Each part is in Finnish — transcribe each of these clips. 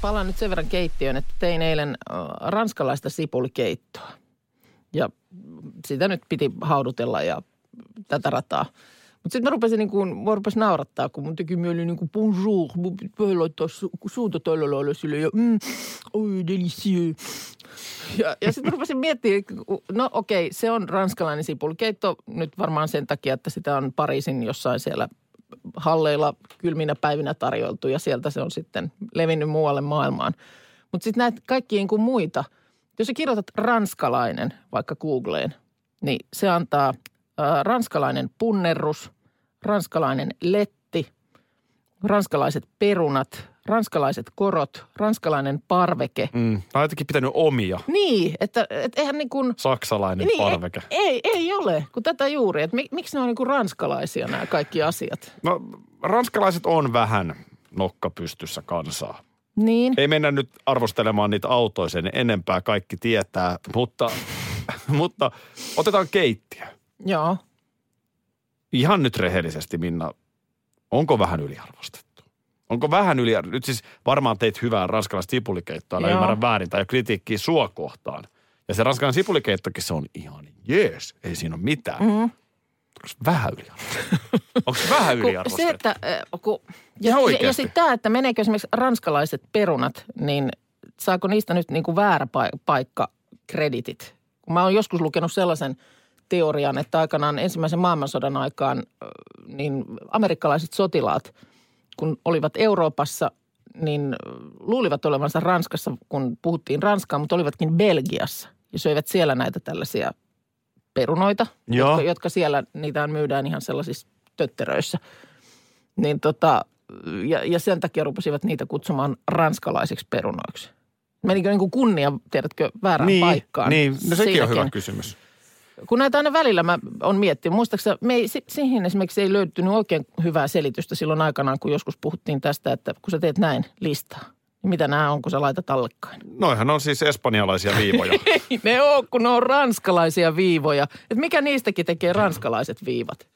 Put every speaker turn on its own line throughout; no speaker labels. palaan nyt sen verran keittiöön, että tein eilen äh, ranskalaista sipulikeittoa. Ja sitä nyt piti haudutella ja tätä rataa. Mutta sitten mä rupesin niin kuin, mua rupesi naurattaa, kun mun teki mieli niin kuin bonjour, mun pitää vähän laittaa su- suuta tällä lailla sille ja mm, oi delicieux. Ja, ja sitten mä rupesin miettimään, että kun- no okei, se on ranskalainen sipulikeitto nyt varmaan sen takia, että sitä on Pariisin jossain siellä halleilla kylminä päivinä tarjoltu ja sieltä se on sitten levinnyt muualle maailmaan. Mutta sitten näitä kaikkia niin kuin muita, jos sä kirjoitat ranskalainen vaikka Googleen, niin se antaa ää, ranskalainen punnerrus, ranskalainen letti, ranskalaiset perunat, ranskalaiset korot, ranskalainen parveke.
Mm. Mä oon jotenkin pitänyt omia.
Niin, että et eihän niin kuin –
Saksalainen niin, parveke.
Ei, ei, ei ole, kun tätä juuri. Että mi, miksi ne on niinku ranskalaisia nämä kaikki asiat?
No, ranskalaiset on vähän nokka pystyssä kansaa.
Niin.
Ei mennä nyt arvostelemaan niitä autoisen enempää, kaikki tietää, mutta, mutta otetaan keittiö.
Joo.
Ihan nyt rehellisesti, Minna, onko vähän yliarvostettu? Onko vähän yliarvostettu? Nyt siis varmaan teit hyvää ranskalaista sipulikeittoa, älä
Joo.
ymmärrä väärin, tai kritiikkiä sua kohtaan. Ja se ranskalainen sipulikeittokin, se on ihan jees, ei siinä ole mitään.
Mhm.
Mm. Onko vähän yliarvostettu? Onko vähän
Kun
yliarvostettu?
se, että, äh, kun, ja,
Ihan
ja, ja
oikeasti.
sitten tämä, että meneekö esimerkiksi ranskalaiset perunat, niin saako niistä nyt niinku väärä pai- paikka kreditit? Kun Mä oon joskus lukenut sellaisen teorian, että aikanaan ensimmäisen maailmansodan aikaan äh, niin amerikkalaiset sotilaat, kun olivat Euroopassa, niin äh, luulivat olevansa Ranskassa, kun puhuttiin Ranskaa, mutta olivatkin Belgiassa ja söivät siellä näitä tällaisia perunoita,
Joo.
jotka, jotka siellä, niitä myydään ihan sellaisissa tötteröissä. Niin tota, ja, ja sen takia rupesivat niitä kutsumaan ranskalaisiksi perunoiksi. Menikö niin kuin kunnia, tiedätkö, väärään paikkaan?
Niin, no sekin on
Siinäkin.
hyvä kysymys.
Kun näitä aina välillä mä on miettinyt, muistaakseni me ei, si- siihen esimerkiksi ei löytynyt oikein hyvää selitystä silloin aikanaan, kun joskus puhuttiin tästä, että kun sä teet näin listaa, niin mitä nämä on, kun sä laitat allekkain?
Noihan on siis espanjalaisia viivoja.
Ei ne on, kun ne on ranskalaisia viivoja. Et mikä niistäkin tekee ranskalaiset viivat?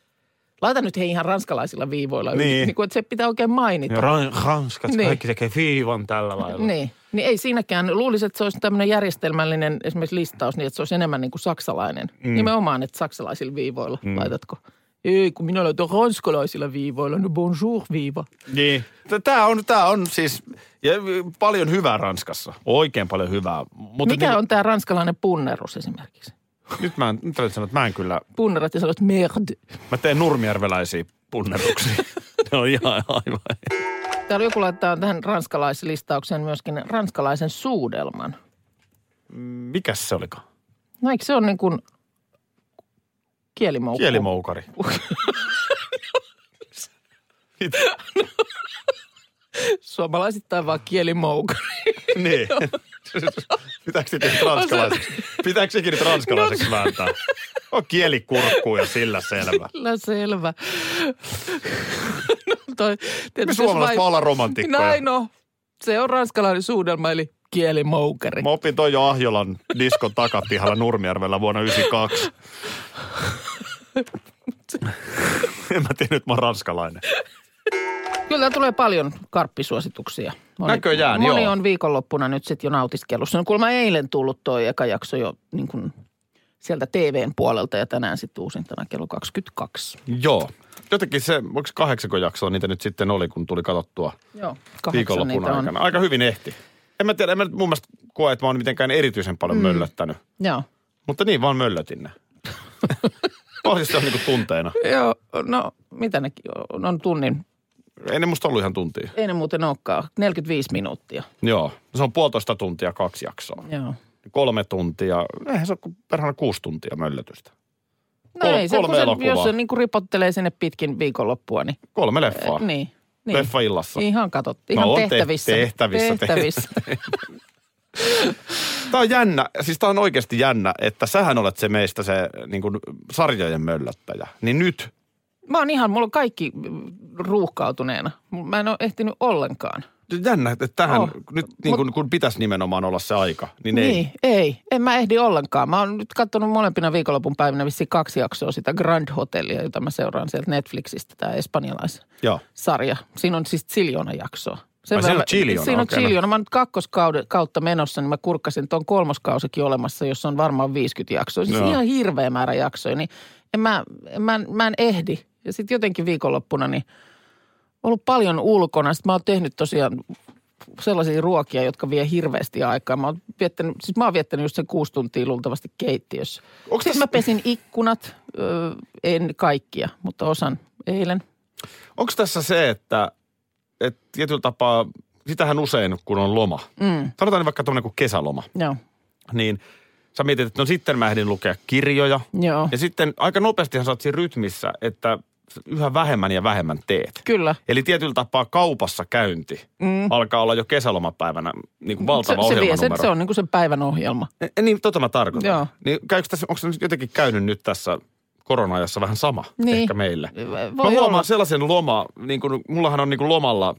Laita nyt he ihan ranskalaisilla viivoilla. yli.
Niin.
niin kuin, että se pitää oikein mainita.
Ran- Ranskat,
Niin. kaikki
tekee viivan tällä lailla.
Niin. niin ei siinäkään. Luulisi, että se olisi tämmöinen järjestelmällinen esimerkiksi listaus, niin että se olisi enemmän niin kuin saksalainen. Mm. Nimenomaan, että saksalaisilla viivoilla mm. laitatko. Ei, kun minä laitan ranskalaisilla viivoilla, no bonjour-viiva.
Niin. Tämä on, tää on siis ja paljon hyvää Ranskassa. Oikein paljon hyvää. Mutta
Mikä on tämä ranskalainen punnerus esimerkiksi?
Nyt mä en, nyt täytyy sanoa, että mä en kyllä,
Punnerat ja sanot merde.
mä teen nurmijärveläisiä punneruksia. ne on ihan aivan.
Täällä joku laittaa tähän ranskalaislistauksen myöskin ranskalaisen suudelman.
Mikäs se olikaan?
No eikö se ole niin kuin kielimoukku?
Kielimoukari. Mitä?
Suomalaisittain vaan kielimoukku.
niin. Pitääkö sitten nyt ranskalaiseksi? Pitääkö sekin nyt ranskalaiseksi vääntää? On kielikurkkuu ja sillä selvä.
Kyllä selvä. no toi, tietysti
Me
jos
suomalaiset vaan ollaan romantikkoja.
Näin no. Se on ranskalainen suudelma, eli kielimoukeri.
Mä opin toi jo Ahjolan diskon takapihalla Nurmijärvellä vuonna 92. en mä tiedä, nyt mä oon ranskalainen.
Kyllä tulee paljon karppisuosituksia. Moni,
Näköjään,
Moni
joo.
on viikonloppuna nyt sitten jo nautiskelussa. No kuulemma eilen tullut toi eka jakso jo niin kuin sieltä TVn puolelta ja tänään sitten uusintana kello 22.
Joo. Jotenkin se, onko kahdeksan jaksoa niitä nyt sitten oli, kun tuli katsottua
Joo, kahdeksan
viikonlopun
niitä on.
aikana. Aika hyvin ehti. En mä tiedä, en mä nyt mun mielestä koe, että mä oon mitenkään erityisen paljon mm. möllöttänyt.
Joo.
Mutta niin, vaan möllötin ne. Pohjasta on niinku tunteena.
Joo, no mitä ne on, No, on tunnin?
Ei ne musta ollut ihan tuntia.
Ei ne muuten olekaan, 45 minuuttia.
Joo. Se on puolitoista tuntia kaksi jaksoa.
Joo.
Kolme tuntia. Eihän se ole kuin perhana kuusi tuntia möllötystä.
No
Kol-
ei, se, kun
kolme
se, niinku
elokuvaa.
jos se niin kuin ripottelee sinne pitkin viikonloppua, niin,
Kolme leffaa.
niin Niin.
leffaillassa.
Ihan katsottiin.
No
Ihan
on te-
tehtävissä.
tehtävissä,
tehtävissä.
Tämä on jännä, siis tämä on oikeasti jännä, että sähän olet se meistä se niin kuin, sarjojen möllöttäjä. Niin nyt,
Mä oon ihan, mulla on kaikki mm, ruuhkautuneena. Mä en ole ehtinyt ollenkaan.
jännä, että tähän,
Oh.
oh. nyt niin kuin, kun pitäisi nimenomaan olla se aika, niin, niin. ei.
Niin, ei. En mä ehdi ollenkaan. Mä oon nyt katsonut molempina viikonlopun päivinä vissiin kaksi jaksoa sitä Grand Hotelia, jota mä seuraan sieltä Netflixistä, tämä espanjalaissarja.
Joo.
Siinä on siis Chiliona jaksoa. Sen
Ai, siinä on
verran-
Chiliona,
Siinä on
okei, no.
Chiliona. Mä oon nyt kakkoskautta menossa, niin mä kurkkasin, että on kolmoskausikin olemassa, jossa on varmaan 50 jaksoa. Siis
Joo.
ihan hirveä määrä jaksoja, niin en mä, en, mä, mä en ehdi. Ja sitten jotenkin viikonloppuna niin ollut paljon ulkona. Sitten mä oon tehnyt tosiaan sellaisia ruokia, jotka vie hirveästi aikaa. Mä oon viettänyt, siis mä oon viettänyt just sen kuusi tuntia luultavasti keittiössä.
Onks
Sitten
tässä-
mä pesin ikkunat, öö, en kaikkia, mutta osan eilen.
Onko tässä se, että, että tietyllä tapaa, sitähän usein kun on loma, mm. sanotaan nyt vaikka tuommoinen kuin kesäloma,
Joo,
niin sä mietit, että no sitten mä ehdin lukea kirjoja.
joo.
Ja sitten aika nopeastihan sä oot siinä rytmissä, että yhä vähemmän ja vähemmän teet.
Kyllä.
Eli tietyllä tapaa kaupassa käynti mm. alkaa olla jo kesälomapäivänä niin kuin valtava
se, se, vie, se,
ohjelmanumero.
se on niin kuin sen päivän ohjelma.
E- Niin, tota mä tarkoitan.
Joo.
Niin käykö tässä, onko se nyt jotenkin käynyt nyt tässä korona-ajassa vähän sama
Niin.
ehkä meille?
Voi
mä huomaan
olla.
sellaisen loma, niin kuin, mullahan on niin kuin lomalla,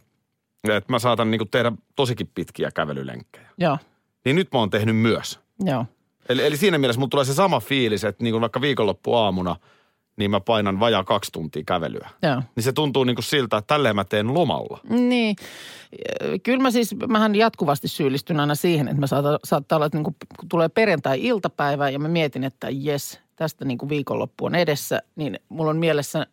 että mä saatan niin kuin tehdä tosikin pitkiä kävelylenkkejä.
Joo,
Niin nyt mä oon tehnyt myös.
joo.
Eli, eli siinä mielessä mulla tulee se sama fiilis, että niin kuin vaikka viikonloppuaamuna, niin mä painan vajaa kaksi tuntia kävelyä.
Joo.
Niin se tuntuu niin kuin siltä, että tälleen mä teen lomalla.
Niin. Ö, Kyllä mä siis, mähän jatkuvasti syyllistyn aina siihen, että mä saatan, saattaa olla, että niin kun tulee perjantai-iltapäivä ja mä mietin, että jes, tästä niin kuin viikonloppu on edessä, niin mulla on mielessä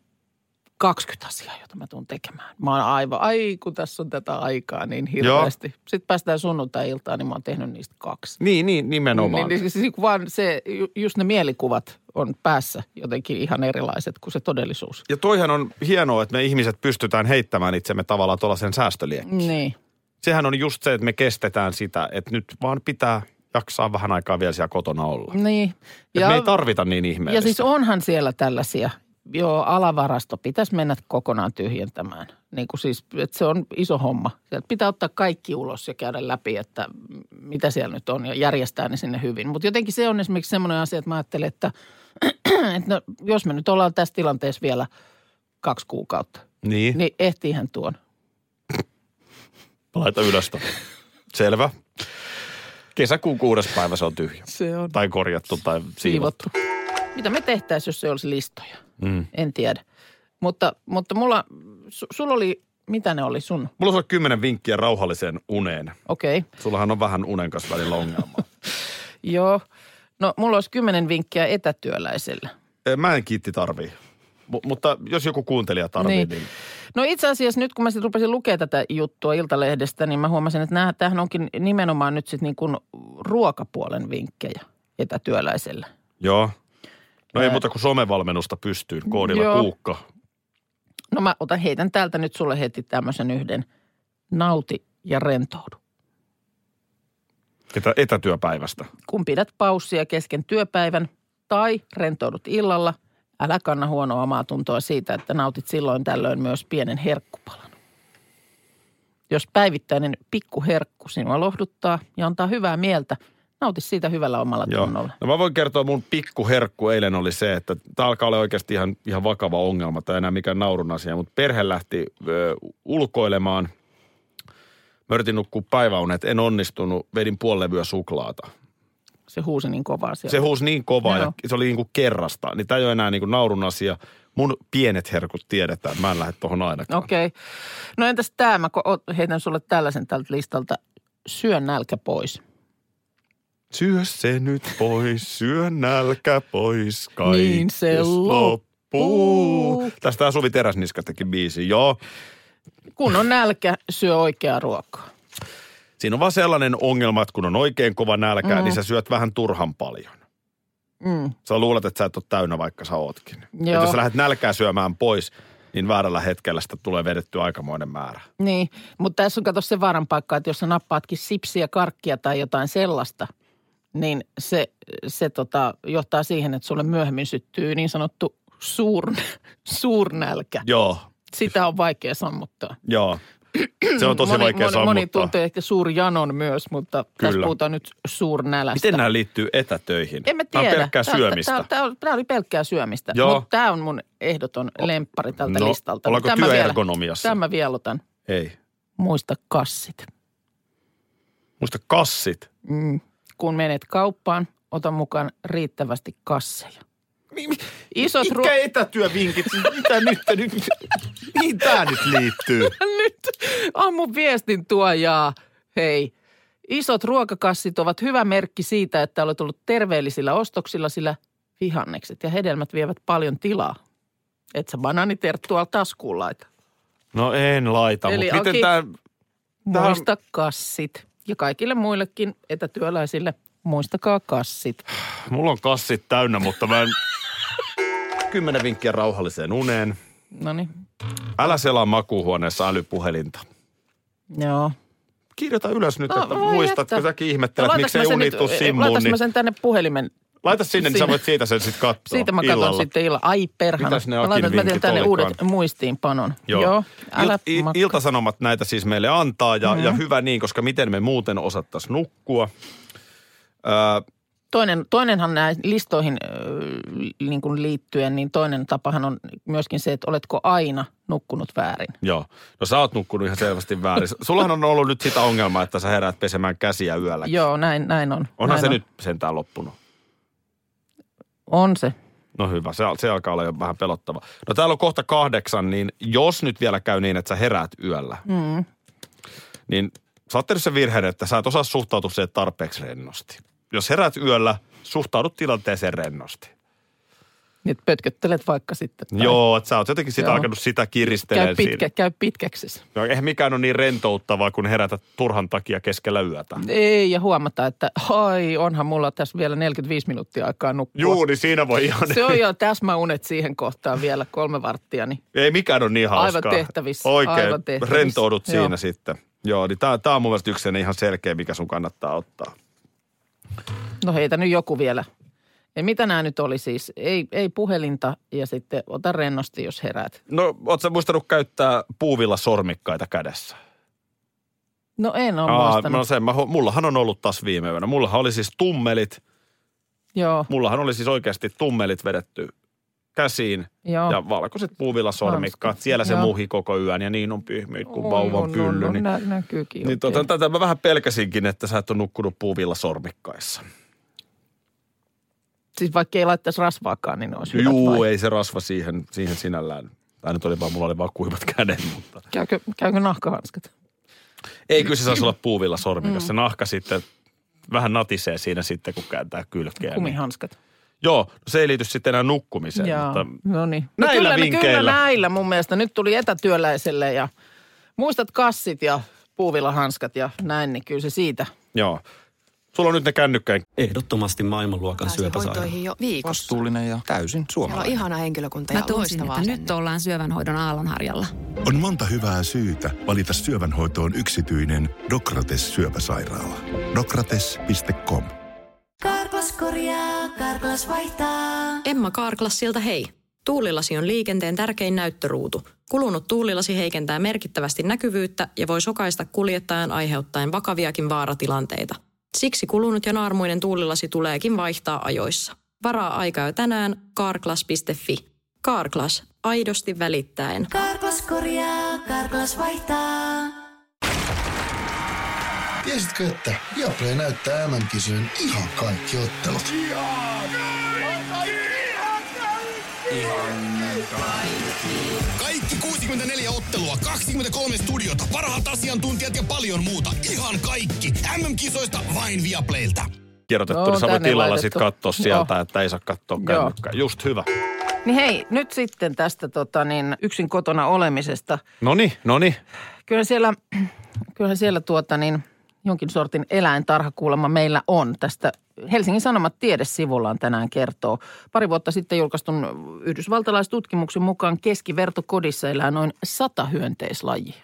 20 asiaa, jota mä tuun tekemään. Mä oon aivan, ai kun tässä on tätä aikaa niin hirveästi. Joo. Sitten päästään sunnuntai-iltaan, niin mä oon tehnyt niistä kaksi.
Niin, niin nimenomaan.
Niin, niin, siis kun vaan se, ju- just ne mielikuvat on päässä jotenkin ihan erilaiset kuin se todellisuus.
Ja toihan on hienoa, että me ihmiset pystytään heittämään itsemme tavallaan tuollaisen säästöliekkiin.
Niin.
Sehän on just se, että me kestetään sitä, että nyt vaan pitää jaksaa vähän aikaa vielä siellä kotona olla.
Niin.
Mm. Ja, me ei tarvita niin
Ja
ihmeellistä.
siis onhan siellä tällaisia, joo, alavarasto pitäisi mennä kokonaan tyhjentämään. Niin kuin siis, että se on iso homma. Sieltä pitää ottaa kaikki ulos ja käydä läpi, että m- mitä siellä nyt on ja järjestää ne sinne hyvin. Mutta jotenkin se on esimerkiksi semmoinen asia, että mä ajattelen, että, että no, jos me nyt ollaan tässä tilanteessa vielä kaksi kuukautta,
Niin, niin.
niin ehtiihän tuon.
laita ylös ton. Selvä. Kesäkuun kuudes päivä se on tyhjä.
Se on
Tai korjattu tai siivottu.
siivottu. Mitä me tehtäisiin, jos ei olisi listoja?
Mm.
En tiedä. Mutta, mutta mulla, su, sulla oli, mitä ne oli sun?
Mulla on kymmenen vinkkiä rauhalliseen uneen.
Okei, okay.
Sullahan on vähän unen kanssa välillä ongelmaa.
joo. No mulla olisi kymmenen vinkkiä etätyöläiselle.
Ö, Mä en kiitti tarvii. M- mutta jos joku kuuntelija tarvii, niin.
Niin.
niin
No itse asiassa nyt kun mä sitten rupesin lukea tätä juttua Iltalehdestä, niin mä huomasin, että nää- tämähän onkin nimenomaan nyt sitten niin kuin ruokapuolen vinkkejä etätyöläiselle.
joo. No ei muuta kuin somevalmennusta pystyyn koodilla
Joo.
joo. kuukka.
No mä otan, heitän täältä nyt sulle heti tämmöisen yhden. Nauti ja rentoudu.
Etä, etätyöpäivästä.
kun pidät paussia kesken työpäivän tai rentoudut illalla, älä kanna huonoa omaa siitä, että nautit silloin tällöin myös pienen herkkupalan. Jos päivittäinen pikkuherkku sinua lohduttaa ja antaa hyvää mieltä, nauti siitä hyvällä omalla tunnolla.
No mä voin kertoa, mun pikkuherkku eilen oli se, että tämä alkaa olla oikeasti ihan, ihan vakava ongelma. Tämä ei enää mikään naurun asia, mutta perhe lähti ö, ulkoilemaan. Mä yritin nukkua päiväunet, en onnistunut, vedin puolilevyä suklaata.
Se huusi niin kovaa siellä.
Se huusi niin kovaa ja
Joo.
se oli niin kuin kerrasta. Niin tämä ei ole enää niin kuin naurun asia. Mun pienet herkut tiedetään, mä en lähde tohon ainakaan.
Okei. Okay. No entäs tämä? Mä ko- o- heitän sulle tällaisen tältä listalta. Syö nälkä pois.
Syö se nyt pois, syö nälkä pois, kaikki
Niin se loppuu.
Tästä Suvi Teräsniska teki biisi, joo.
Kun on nälkä, syö oikeaa ruokaa.
Siinä on vaan sellainen ongelma, että kun on oikein kova nälkä, mm. niin sä syöt vähän turhan paljon.
Mm.
Sä luulet, että sä et ole täynnä, vaikka sä ootkin.
Joo.
Et jos sä lähdet nälkää syömään pois, niin väärällä hetkellä sitä tulee vedetty aikamoinen määrä.
Niin, mutta tässä on kato se vaaran paikka, että jos sä nappaatkin sipsiä, karkkia tai jotain sellaista, niin se, se tota, johtaa siihen, että sulle myöhemmin syttyy niin sanottu suur, suurnälkä.
Joo.
Sitä on vaikea sammuttaa.
Joo. Se on tosi
moni,
vaikea
moni,
sammuttaa.
Moni tuntee ehkä suurjanon myös, mutta Kyllä. tässä
Kyllä.
puhutaan nyt suurnälästä.
Miten nämä liittyy etätöihin?
En mä
Tää on
tiedä.
pelkkää
Tää-
syömistä.
tää- tää- Tää oli pelkkää syömistä.
Joo.
Mutta tämä on mun ehdoton lemppari tältä
No,
listalta.
ollaanko
Tämän mä vielä-
työergonomiassa?
Tämän mä vielä otan.
Ei.
Muista kassit.
Muista kassit.
Mm. Kun menet kauppaan, ota mukaan riittävästi kasseja. Isot ruo-
Mikä etätyövinkit? Mitä nyt? nyt? Mihin tämä nyt liittyy?
nyt ammu Ah, viestin tuojaa. Hei, isot ruokakassit ovat hyvä merkki siitä, että olet ollut terveellisillä ostoksilla, sillä vihannekset ja hedelmät vievät paljon tilaa. Et sä banaaniterttua taskuun laita.
No en laita,
Eli
mutta miten
onkin-
tämä... Tähän-
Muista kassit. Ja kaikille muillekin etätyöläisille, muistakaa kassit.
Mulla on kassit täynnä, mutta mä en... Kymmenen vinkkiä rauhalliseen uneen.
No niin,
Älä selaa makuuhuoneessa älypuhelinta.
joo.
Kirjoita ylös nyt,
No,
no, että
voi
muistatko
että.
säkin
No
ihmettelet,
laitanko
miksei
mä sen
uni
nyt-
tuu simmuun.
laitanko
Niin...
mä sen tänne puhelimen?
Laita sinne, niin sä
Siinä.
voit siitä sen sitten katsoa
Siitä mä katson
illalla.
sitten illalla. Ai perhana.
Mitäs ne
mä
Akin
laitan, mä teen
vinkit
tänne
olikaan?
uudet muistiinpanon.
Joo.
Älä
Il-
mak-
i- Iltasanomat näitä siis meille antaa ja, mm-hmm. ja hyvä niin, koska miten me muuten osattaisiin nukkua. Öö,
Toinen, toinenhan näihin listoihin öö, niin kuin liittyen, niin toinen tapahan on myöskin se, että oletko aina nukkunut väärin.
joo. No sä oot nukkunut ihan selvästi väärin. Sullahan on ollut nyt sitä ongelmaa, että sä heräät pesemään käsiä yöllä.
Joo, näin, näin on.
Onhan
näin
se
on.
nyt sentään loppunut.
On se.
No hyvä, se, se alkaa olla jo vähän pelottava. No täällä on kohta kahdeksan, niin jos nyt vielä käy niin, että sä heräät yöllä, mm. niin sä oot tehnyt sen virheen, että sä et osaa suhtautua siihen tarpeeksi rennosti. Jos heräät yöllä, suhtaudut tilanteeseen rennosti.
Nyt pötköttelet vaikka sitten. tai
Joo, että sä oot jotenkin sitä
Joo.
alkanut sitä
Käy,
kiristelemään
pitkä, käy pitkäksesi.
siinä. No, eihän mikään ole niin rentouttavaa, kun herätä turhan takia keskellä yötä.
Ei, ja huomata, että ai, onhan mulla tässä vielä 45 minuuttia aikaa nukkua.
Juu, niin siinä voi ihan...
Se on jo täsmäunet siihen kohtaan vielä kolme varttia, niin
Ei mikään ole niin
Aivan
hauskaa.
tehtävissä,
Oikein,
aivan tehtävissä.
rentoudut
Joo.
siinä sitten. Joo, niin tää, tää on mun mielestä yksi sellainen ihan selkeä, mikä sun kannattaa ottaa.
no heitä nyt joku vielä. Ja mitä nämä nyt oli siis? Ei, ei puhelinta ja sitten ota rennosti, jos heräät.
No, oot sä muistanut käyttää puuvilla sormikkaita kädessä?
No en ole muistanut.
no sen, mä, hu- mullahan on ollut taas viime yönä. Mullahan oli siis tummelit,
Joo,
mullahan oli siis oikeasti tummelit vedetty käsiin
joo.
ja valkoiset puuvilla sormikkaat.
Valkoiset,
Siellä se
joo.
muhi koko yön ja niin on pihmeet kuin
Oi,
vauvan
on, on,
pylly.
on,
Niin,
nä- näkyykin
niin
oikein.
tota, tätä mä vähän pelkäsinkin, että sä et ole nukkunut puuvilla sormikkaissa.
Siis vaikka ei laittaisi rasvaakaan, niin ne olisi hyvät
Juu,
vai?
ei se rasva siihen, siihen sinällään. Tai nyt oli vaan, mulla oli vaan kuivat kädet, mutta...
Käykö, käykö nahkahanskat?
Ei kyllä se saisi olla puuvilla sormikas. Mm. Se nahka sitten vähän natisee siinä sitten, kun kääntää kylkeä. Niin.
Kumihanskat.
Joo, no se ei liity sitten enää nukkumiseen, Jaa.
Joo,
mutta
no niin.
näillä
kyllä,
vinkkeillä.
Kyllä näillä mun mielestä. Nyt tuli etätyöläiselle ja muistat kassit ja puuvillahanskat ja näin, niin kyllä se siitä.
joo. Sulla on nyt ne kännykkäin.
Ehdottomasti maailmanluokan
pääsee
syöpäsairaala.
hoitoihin jo viikossa.
Vastuullinen ja täysin
Siellä on
suomalainen.
ihana henkilökunta ja
Mä tunsin,
loistavaa
että nyt
asennetta.
ollaan syövänhoidon aallonharjalla.
On monta hyvää syytä valita syövänhoitoon yksityinen Dokrates syöpäsairaala. Dokrates.com
Karklas korjaa, Karklas vaihtaa.
Emma Kaarklas siltä hei. Tuulilasi on liikenteen tärkein näyttöruutu. Kulunut tuulilasi heikentää merkittävästi näkyvyyttä ja voi sokaista kuljettajan aiheuttaen vakaviakin vaaratilanteita. Siksi kulunut ja naarmuinen tuulilasi tuleekin vaihtaa ajoissa. Varaa aika jo tänään karklas.fi. Karklas, aidosti välittäen.
Karklas korjaa, Karklas vaihtaa.
Tiesitkö, että Viaplay näyttää MM-kisojen ihan kaikki ottelut?
Kaikki 64 ottelua, 23 studiota, parhaat asiantuntijat ja paljon muuta. Ihan kaikki. MM-kisoista vain Viaplaylta.
Kirjoitettu,
No,
no, niin sä voit
tänne
illalla
laitettu.
sitten katsoa sieltä, että ei saa katsoa
Joo.
kännykkää. Just hyvä.
Niin hei, nyt sitten tästä tota, niin, yksin kotona olemisesta.
Noni, noni.
Kyllä siellä, kyllähän siellä tuota, niin, jonkin sortin eläintarha kuulemma meillä on. Tästä Helsingin Sanomat tiedesivullaan tänään kertoo. Pari vuotta sitten julkaistun yhdysvaltalaistutkimuksen mukaan keskivertokodissa elää noin sata hyönteislajia.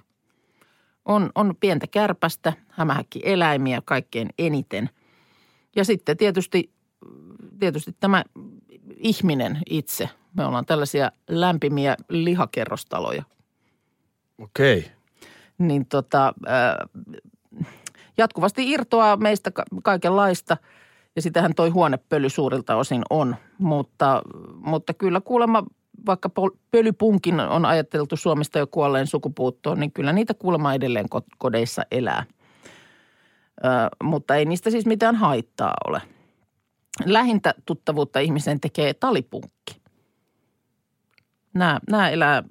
On, on pientä kärpästä, hämähäkkieläimiä kaikkein eniten. Ja sitten tietysti, tietysti tämä ihminen itse. Me ollaan tällaisia lämpimiä lihakerrostaloja
Okei. Okay.
niin tota, ää, jatkuvasti irtoaa meistä ka- kaikenlaista ja sitähän toi huonepöly suurilta osin on. Mutta, mutta kyllä kuulemma, vaikka pol- pölypunkin on ajateltu Suomesta jo kuolleen sukupuuttoon, niin kyllä niitä kuulemma edelleen ko- kodeissa elää. Ö, mutta ei niistä siis mitään haittaa ole. Lähintä tuttavuutta ihmiseen tekee talipunkki. Nämä, nämä elää ö,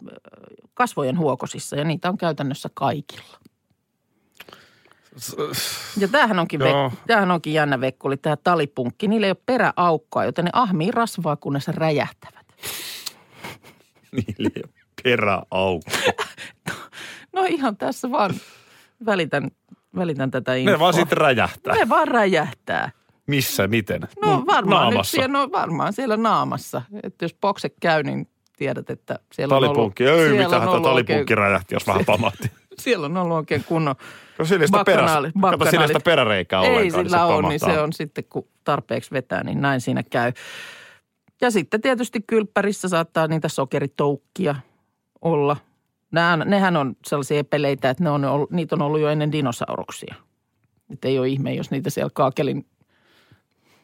kasvojen huokosissa ja niitä on käytännössä kaikilla. Ja tämähän onkin,
Joo.
vek- tämähän onkin jännä vekkuli, tämä talipunkki. Niillä ei ole peräaukkoa, joten ne ahmii rasvaa, kunnes räjähtävät.
Niille ei ole peräaukko.
No ihan tässä vaan välitän, välitän tätä infoa.
Ne vaan sitten räjähtää.
Ne vaan räjähtää.
Missä, miten?
No varmaan nyt
Naamassa.
siellä, no, varmaan siellä naamassa. Että jos bokse käy, niin tiedät, että siellä on ollut...
Talipunkki. Ei
siellä
mitään,
on
tämä
ollut oikein-
talipunkki räjähti, jos vähän pamahti.
Siellä on ollut oikein kunnon
Kato sillä ei sitä peräs-
Bakkanaalit,
No, Kato sillä ei sitä
bakkanaalit.
peräreikää
Ei
ollenkaan,
sillä ole, niin
pamahtaa.
se on sitten, kun tarpeeksi vetää, niin näin siinä käy. Ja sitten tietysti kylppärissä saattaa niitä sokeritoukkia olla. Nähän, nehän on sellaisia epeleitä, että ne on, ollut- niitä on ollut jo ennen dinosauruksia. Et ei ole ihme, jos niitä siellä kaakelin,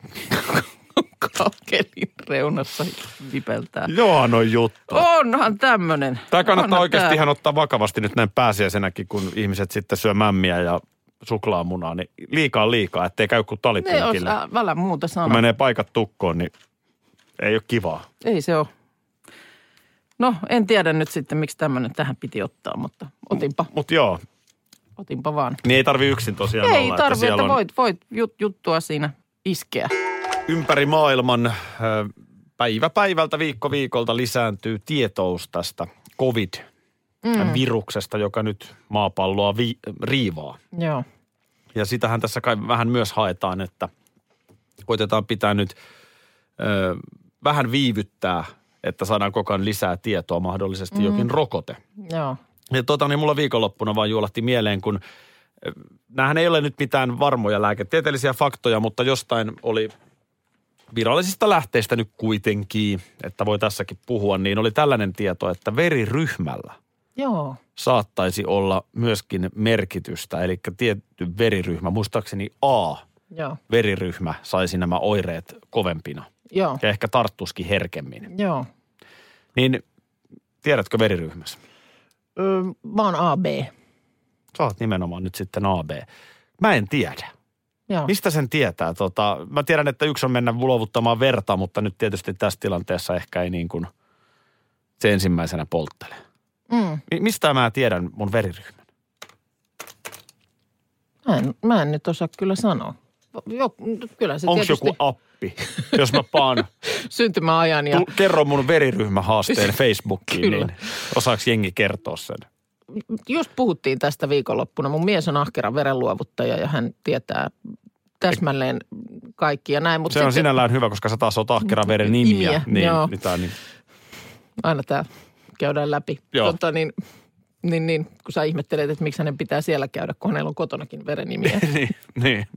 kaakelin reunassa vipeltää.
Joo, no juttu.
Onhan tämmöinen.
Tämä kannattaa
Onhan
oikeasti
tää.
ihan ottaa vakavasti nyt näin pääsiäisenäkin, kun ihmiset sitten syö mämmiä ja suklaamunaa, niin liikaa liikaa, ettei käy kuin
Ne
talipunkille.
osaa, välä muuta
Kun
sanoa.
menee paikat tukkoon, niin ei ole kivaa.
Ei se ole. No, en tiedä nyt sitten, miksi tämmöinen tähän piti ottaa, mutta otinpa,
Mutta joo,
otinpa vaan.
niin ei tarvi yksin tosiaan
Ei
olla.
tarvitse,
siellä
että
on
voit, voit jut, juttua siinä iskeä.
ympäri maailman ö, päivä päivältä, viikko viikolta lisääntyy tietous tästä covid-viruksesta, joka nyt maapalloa vi- riivaa.
Joo.
Ja sitähän tässä kai vähän myös haetaan, että koitetaan pitää nyt ö, vähän viivyttää, että saadaan koko ajan lisää tietoa, mahdollisesti mm. jokin rokote.
Joo.
Ja tota, niin mulla viikonloppuna vaan juolahti mieleen, kun ö, näähän ei ole nyt mitään varmoja lääketieteellisiä faktoja, mutta jostain oli virallisista lähteistä nyt kuitenkin, että voi tässäkin puhua, niin oli tällainen tieto, että veriryhmällä
Joo.
saattaisi olla myöskin merkitystä. Eli tietty veriryhmä, muistaakseni
Joo.
A-veriryhmä saisi nämä oireet kovempina
Joo.
ja ehkä tarttuskin herkemmin.
Joo.
Niin tiedätkö veriryhmässä?
Ö, mä oon AB.
Sä oot nimenomaan nyt sitten AB. Mä en tiedä.
Joo.
Mistä sen tietää? Tota, mä tiedän, että yksi on mennä luovuttamaan verta, mutta nyt tietysti tässä tilanteessa ehkä ei niin kuin se ensimmäisenä polttele.
Mm.
Mi- Mistä mä tiedän mun veriryhmän?
Mä, en, mä en nyt osaa kyllä sanoa. Jo, kyllä se
Onko
tietysti
joku appi, jos mä paan
syntymäajan ja...
Tu- kerro mun veriryhmähaasteen Facebookiin,
Kyllä.
niin osaako jengi kertoa sen?
just puhuttiin tästä viikonloppuna. Mun mies on ahkera verenluovuttaja ja hän tietää täsmälleen kaikki ja näin. Mutta
Se on sinällään hyvä, koska sä taas oot ahkera veren nimiä.
Imiä,
niin,
joo.
Niin, tää on niin,
aina tämä käydään läpi.
Joo.
Tota, niin, niin, niin, kun sä ihmettelet, että miksi hänen pitää siellä käydä, kun hänellä on kotonakin verenimiä.
niin, niin.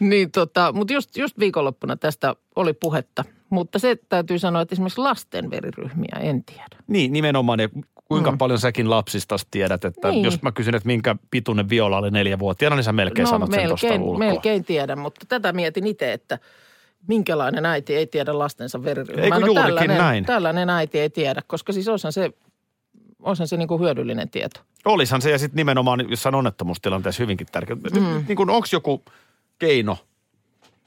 niin tota, mutta just, just viikonloppuna tästä oli puhetta. Mutta se täytyy sanoa, että esimerkiksi lasten veriryhmiä en tiedä.
niin, nimenomaan. Ja kuinka mm. paljon säkin lapsista tiedät, että
Niin.
niin. jos mä kysyn, että minkä pituinen viola oli neljävuotiaana, niin sä melkein no, sanot melkein, sen tuosta
melkein,
ulkoa.
melkein tiedän, mutta tätä mietin itse, että minkälainen äiti ei tiedä lastensa veriryhmää.
Eikö juurikin
tällainen,
näin?
Tällainen äiti ei tiedä, koska siis osan se, osan se niinku hyödyllinen tieto.
Olishan se ja sitten nimenomaan jossain onnettomuustilanteessa hyvinkin tärkeä. Mm. Niin kuin onks joku keino?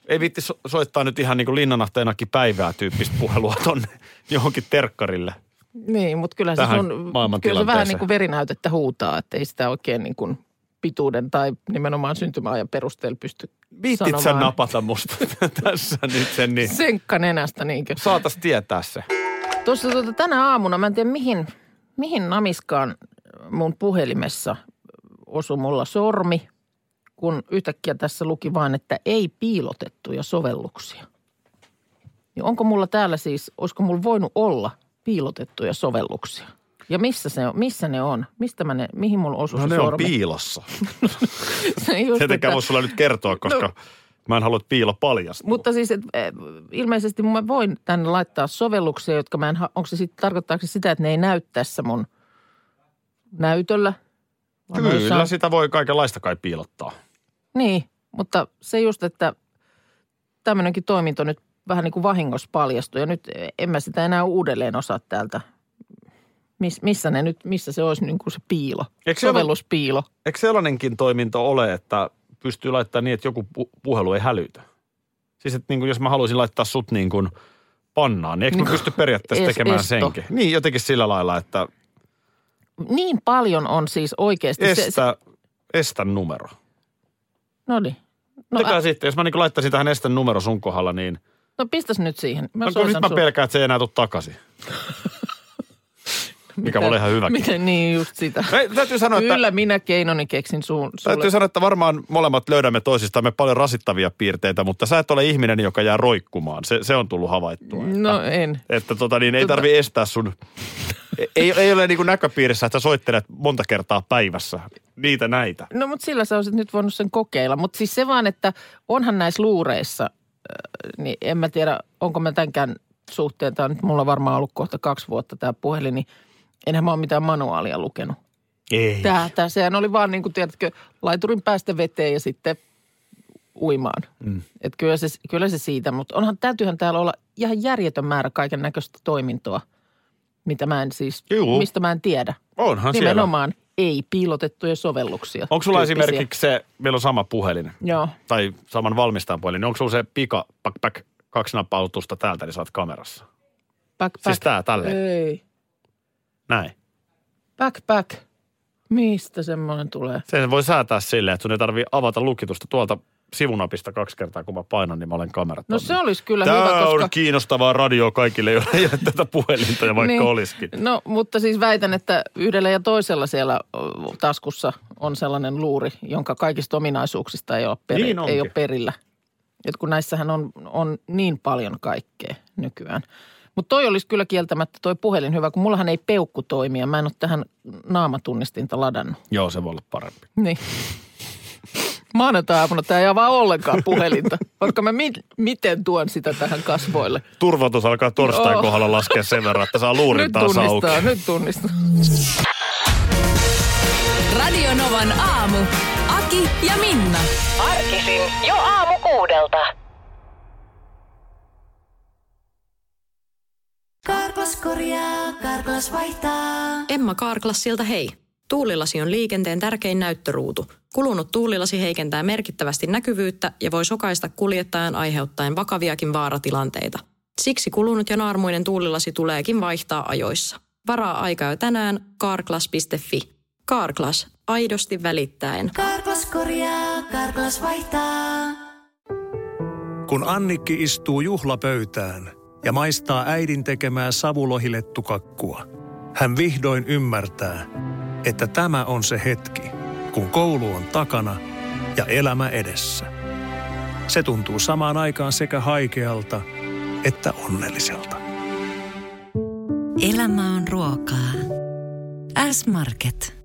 Ei viitti so- soittaa nyt ihan niin kuin linnanahteenakin päivää tyyppistä puhelua tonne johonkin terkkarille.
Niin, mutta kyllä se,
Tähän
sun,
maailman
kyllä se vähän
tilanteeseen.
niin kuin verinäytettä huutaa, että ei sitä oikein niin kuin pituuden tai nimenomaan syntymäajan perusteella pysty
Viittit sä
sanomaan.
napata musta tässä nyt sen, niin
Senkka nenästä niinkö?
saatas tietää se.
Tuossa tuota, tänä aamuna, mä en tiedä mihin, mihin namiskaan mun puhelimessa osui mulla sormi, kun yhtäkkiä tässä luki vaan, että ei piilotettuja sovelluksia. Niin onko mulla täällä siis, olisiko mulla voinut olla piilotettuja sovelluksia? Ja missä, se on, missä ne on? Mistä mä No ne, mihin mulla osui
No
se sormi?
piilossa.
Se just,
Tietenkään
että-
voi sulla nyt kertoa, koska no. mä en halua että piilo paljastua.
Mutta siis et, eh, ilmeisesti mä voin tänne laittaa sovelluksia, jotka mä en, ha- onko se sitten, tarkoittaako se sitä, että ne ei näy tässä mun, näytöllä. Vaan
Kyllä,
noissa-
sitä voi kaikenlaista kai piilottaa.
Niin, mutta se just, että tämmöinenkin toiminto nyt vähän niin kuin vahingossa paljastui. Ja nyt en mä sitä enää uudelleen osaa täältä. Mis, missä ne nyt, missä se olisi niin kuin se piilo,
Eikö se ole-
sovelluspiilo.
Eikö sellainenkin toiminto ole, että pystyy laittamaan niin, että joku pu- puhelu ei hälytä? Siis että niin kuin, jos mä haluaisin laittaa sut niin kuin pannaan, niin eikö mä pysty periaatteessa
No, es-
tekemään
esto.
senkin? Niin, jotenkin sillä lailla, että
Niin paljon on siis oikeasti.
estä, estä numero.
no niin.
No,
No,
Tekää
ä,
sitten, jos mä niin laittaisin tähän estä numero sun kohdalla, niin
no pistäs nyt siihen. Mä
no, kun
soitan
nyt mä
sulle.
pelkään, että se ei enää tule takaisin. Mikä voi olla ihan hyväkin.
Miten niin just sitä.
Ei, täytyy sanoa, että
Kyllä minä keinoni keksin suun, sulle.
Täytyy sanoa, että varmaan molemmat löydämme toisistamme paljon rasittavia piirteitä, mutta sä et ole ihminen, joka jää roikkumaan. Se, se on tullut havaittua.
No en.
Että tota niin, ei
Tota-
tarvi estää sun... Ei, ei ole niin kuin näköpiirissä, että soittelet monta kertaa päivässä. Niitä näitä.
No mutta sillä sä olisit nyt voinut sen kokeilla. Mutta siis se vaan, että onhan näissä luureissa, äh, niin en mä tiedä, onko mä tämänkään suhteen, tämä on nyt mulla varmaan ollut kohta kaksi vuotta tämä puhelin, niin enhän mä ole mitään manuaalia lukenut.
Ei.
Tää, tää, sehän oli vaan niin kuin, tiedätkö, laiturin päästä veteen ja sitten uimaan. Mm. Et kyllä, se, kyllä se siitä, mutta onhan, täytyyhän täällä olla ihan järjetön määrä kaiken näköistä toimintoa, mitä mä en siis,
Juu.
mistä mä en tiedä.
Onhan siellä.
Nimenomaan ei piilotettuja sovelluksia.
Onko sulla
tyyppisiä.
esimerkiksi se, meillä on sama puhelin,
Joo.
tai saman valmistajan puhelin, niin onko sulla se pika, pak, pak, kaksi nappautusta täältä, niin sä oot kamerassa?
Back,
Siis tää tälleen.
Ei.
Näin.
Backpack. Mistä semmoinen tulee? No
Sen voi säätää silleen, että sun ei tarvii avata lukitusta tuolta sivunapista kaksi kertaa, kun mä painan, niin mä olen kamerat.
No se olisi kyllä
Tämä
hyvä,
on
koska...
kiinnostavaa radio kaikille, joilla ei ole tätä puhelinta ja vaikka niin. olisikin.
No, mutta siis väitän, että yhdellä ja toisella siellä ö, taskussa on sellainen luuri, jonka kaikista ominaisuuksista ei ole, peri,
Niin onkin.
ei ole perillä. Et kun näissähän on, on niin paljon kaikkea nykyään. Mutta toi olisi kyllä kieltämättä toi puhelin hyvä, kun mullahan ei peukku toimi ja mä en ole tähän naamatunnistinta ladannut.
Joo, se voi olla parempi.
Niin. Maanantai-aamuna tämä ei avaa ollenkaan puhelinta, vaikka mä mi- miten tuon sitä tähän kasvoille.
Turvatus alkaa torstain
Joo.
kohdalla laskea sen verran, että saa luurin
Nyt
taas auki.
tunnistaa, nyt tunnistaa.
Radio Novan aamu. Aki ja Minna.
Arkisin jo aamu kuudelta.
Karklas korjaa, Karklas vaihtaa.
Emma Kaarklas siltä hei. Tuulilasi on liikenteen tärkein näyttöruutu. Kulunut tuulilasi heikentää merkittävästi näkyvyyttä ja voi sokaista kuljettajan aiheuttaen vakaviakin vaaratilanteita. Siksi kulunut ja naarmuinen tuulilasi tuleekin vaihtaa ajoissa. Varaa aikaa jo tänään karklas.fi. Karklas, aidosti välittäen.
Karklas korjaa, Karklas vaihtaa.
Kun Annikki istuu juhlapöytään ja maistaa äidin tekemää savulohilettukakkua, hän vihdoin ymmärtää, että tämä on se hetki, kun koulu on takana ja elämä edessä. Se tuntuu samaan aikaan sekä haikealta että onnelliselta.
Elämä on ruokaa. S-Market.